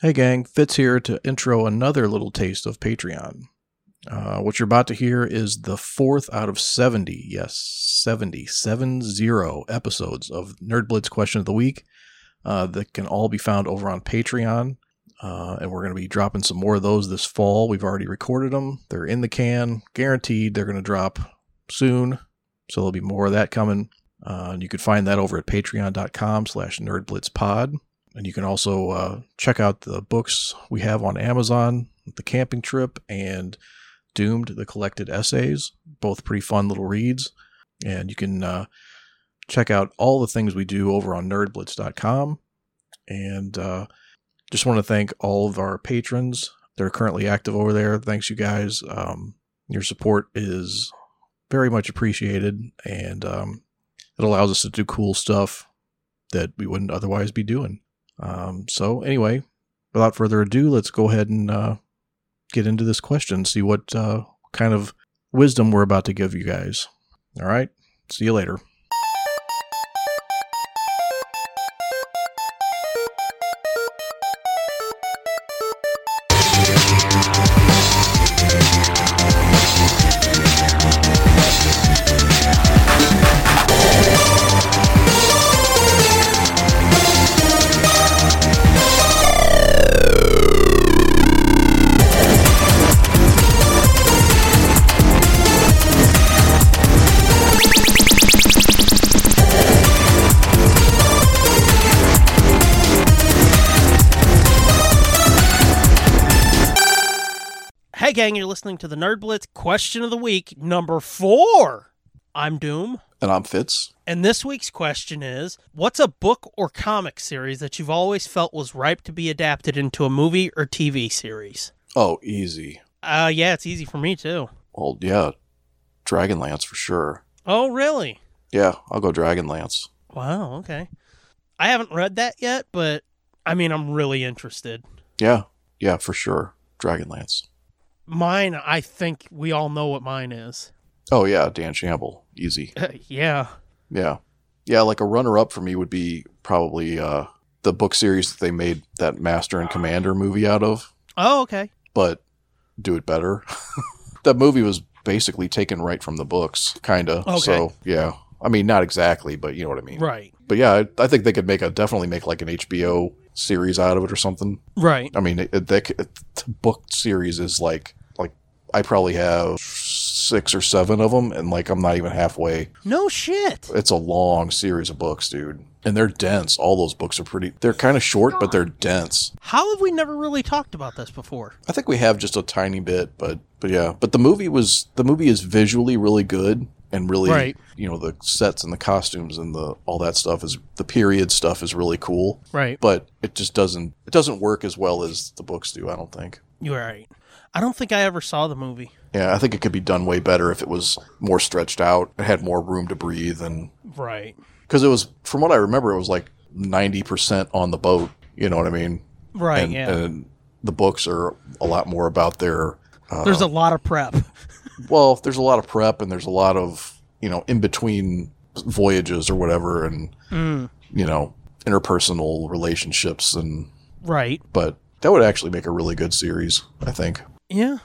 Hey, gang, Fitz here to intro another little taste of Patreon. Uh, what you're about to hear is the fourth out of 70, yes, 70, 70 episodes of Nerd Blitz Question of the Week uh, that can all be found over on Patreon. Uh, and we're going to be dropping some more of those this fall. We've already recorded them, they're in the can, guaranteed they're going to drop soon. So there'll be more of that coming. Uh, and you can find that over at patreon.com slash nerdblitzpod. And you can also uh, check out the books we have on Amazon The Camping Trip and Doomed, the collected essays, both pretty fun little reads. And you can uh, check out all the things we do over on nerdblitz.com. And uh, just want to thank all of our patrons that are currently active over there. Thanks, you guys. Um, your support is very much appreciated, and um, it allows us to do cool stuff that we wouldn't otherwise be doing. Um, so anyway, without further ado, let's go ahead and uh, get into this question. See what uh, kind of wisdom we're about to give you guys. All right. See you later. Hey, gang, you're listening to the Nerd Blitz question of the week, number four. I'm Doom. And I'm Fitz. And this week's question is What's a book or comic series that you've always felt was ripe to be adapted into a movie or TV series? Oh, easy. Uh, yeah, it's easy for me, too. Well, yeah, Dragonlance for sure. Oh, really? Yeah, I'll go Dragonlance. Wow, okay. I haven't read that yet, but I mean, I'm really interested. Yeah, yeah, for sure, Dragonlance. Mine, I think we all know what mine is. Oh yeah, Dan Shamble, easy. yeah. Yeah, yeah. Like a runner-up for me would be probably uh, the book series that they made that Master and Commander movie out of, Oh, okay. but do it better. that movie was basically taken right from the books, kinda. Okay. So yeah, I mean not exactly, but you know what I mean. Right. But yeah, I, I think they could make a definitely make like an HBO series out of it or something. Right. I mean, it, it, that c- it, the book series is like like I probably have six or seven of them, and like I'm not even halfway. No shit. It's a long series of books, dude, and they're dense. All those books are pretty. They're kind of short, but they're dense. How have we never really talked about this before? I think we have just a tiny bit, but but yeah. But the movie was the movie is visually really good and really Right. you know the sets and the costumes and the all that stuff is the period stuff is really cool. Right. But it just doesn't it doesn't work as well as the books do. I don't think. You're right. I don't think I ever saw the movie. Yeah, I think it could be done way better if it was more stretched out, it had more room to breathe, and Right. because it was, from what I remember, it was like ninety percent on the boat. You know what I mean? Right. and, uh, yeah. and the books are a lot more about their. Uh, There's a lot of prep. well, there's a lot of prep, and there's a lot of you know in between voyages or whatever, and Mm. you know interpersonal relationships, and Right. but that would actually make a really good series, I think. Yeah.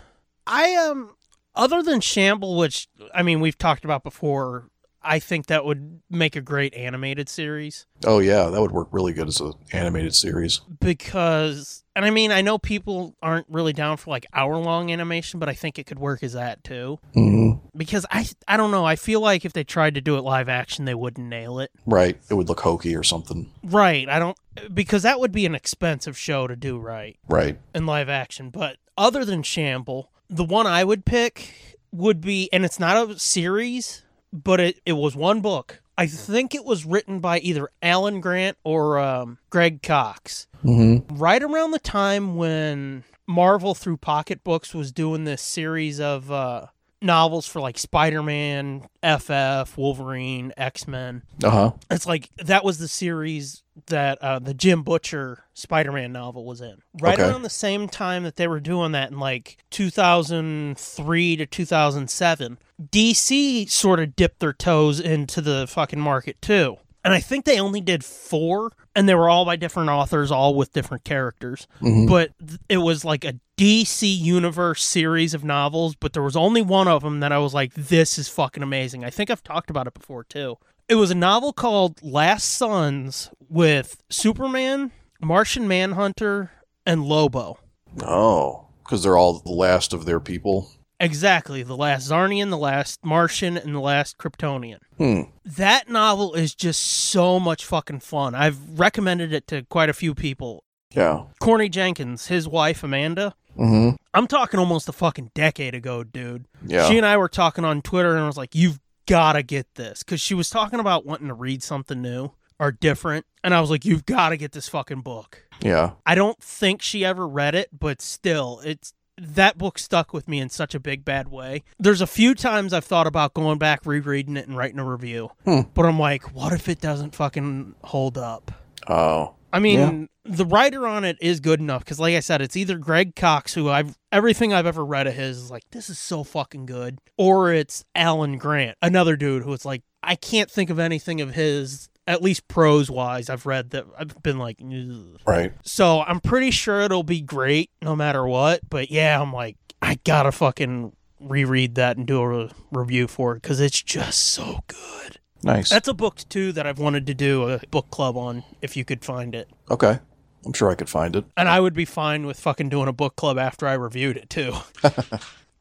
I um other than Shamble, which I mean we've talked about before, I think that would make a great animated series Oh yeah, that would work really good as an animated series. because and I mean I know people aren't really down for like hour long animation, but I think it could work as that too. hmm Because I I don't know, I feel like if they tried to do it live action they wouldn't nail it. Right, it would look hokey or something. Right. I don't because that would be an expensive show to do right. Right. in live action, but other than Shamble, the one I would pick would be, and it's not a series, but it, it was one book. I think it was written by either Alan Grant or um, Greg Cox. Mm-hmm. Right around the time when Marvel through Pocketbooks was doing this series of uh, novels for like Spider Man, FF, Wolverine, X Men. Uh huh. It's like that was the series that uh, the Jim Butcher Spider-Man novel was in. Right Okay. around the same time that they were doing that in like 2003 to 2007, DC sort of dipped their toes into the fucking market too. and I think they only did four, and they were all by different authors, all with different characters. Mhm. But th- it was like a DC Universe series of novels, but there was only one of them that I was like, this is fucking amazing. I think I've talked about it before, too. It was a novel called Last Sons with Superman, Martian Manhunter, and Lobo. Oh, because they're all the last of their people. Exactly. The last Zarnian, the last Martian, and the last Kryptonian. Hmm. That novel is just so much fucking fun. I've recommended it to quite a few people. Yeah. Corny Jenkins, his wife Amanda. hmm I'm talking almost a fucking decade ago, dude. Yeah. She and I were talking on Twitter, and I was like, you've got to get this. Because she was talking about wanting to read something new or different. And I was like, you've got to get this fucking book. yeah. I don't think she ever read it, but still, it's that book stuck with me in such a big bad way. There's a few times I've thought about going back, rereading it, and writing a review, Hmm. but I'm like, what if it doesn't fucking hold up? Oh. I mean, the writer on it is good enough because, like I said, it's either Greg Cox, who I've everything I've ever read of his is like this is so fucking good, or it's Alan Grant, another dude who it's like I can't think of anything of his, at least prose wise, I've read that I've been like. Ugh. Right. So I'm pretty sure it'll be great no matter what. But yeah, I'm like, I gotta fucking reread that and do a re- review for it because it's just so good. Nice. That's a book too that I've wanted to do a book club on if you could find it. okay. I'm sure I could find it. And I would be fine with fucking doing a book club after I reviewed it too.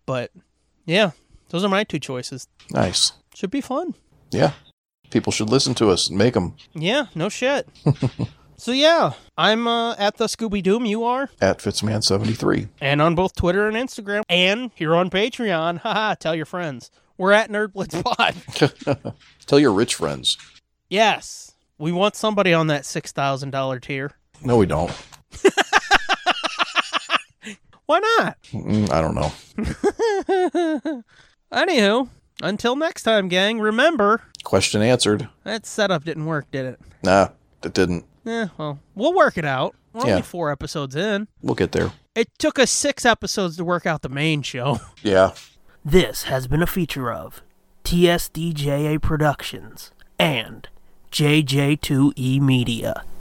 but yeah, those are my two choices. Nice. Should be fun. Yeah. People should listen to us and make them Yeah, no shit. so yeah, I'm uh, at the Scooby Doom. You are? at Fitzman73. and on both Twitter and Instagram, and here on Patreon. Haha, tell your friends. We're at NerdblitzPod. Tell your rich friends. yes, we want somebody on that $6,000 tier. No, we don't. Why not? Mm, I don't know. Anywho, until next time, gang, remember Question answered. that setup didn't work, did it? Nah, that didn't. Eh, well, we'll work it out. We're only Yeah. four episodes in. We'll get there. It took us six episodes to work out the main show. Yeah. This has been a feature of TSDJA Productions and JJ2E E Media.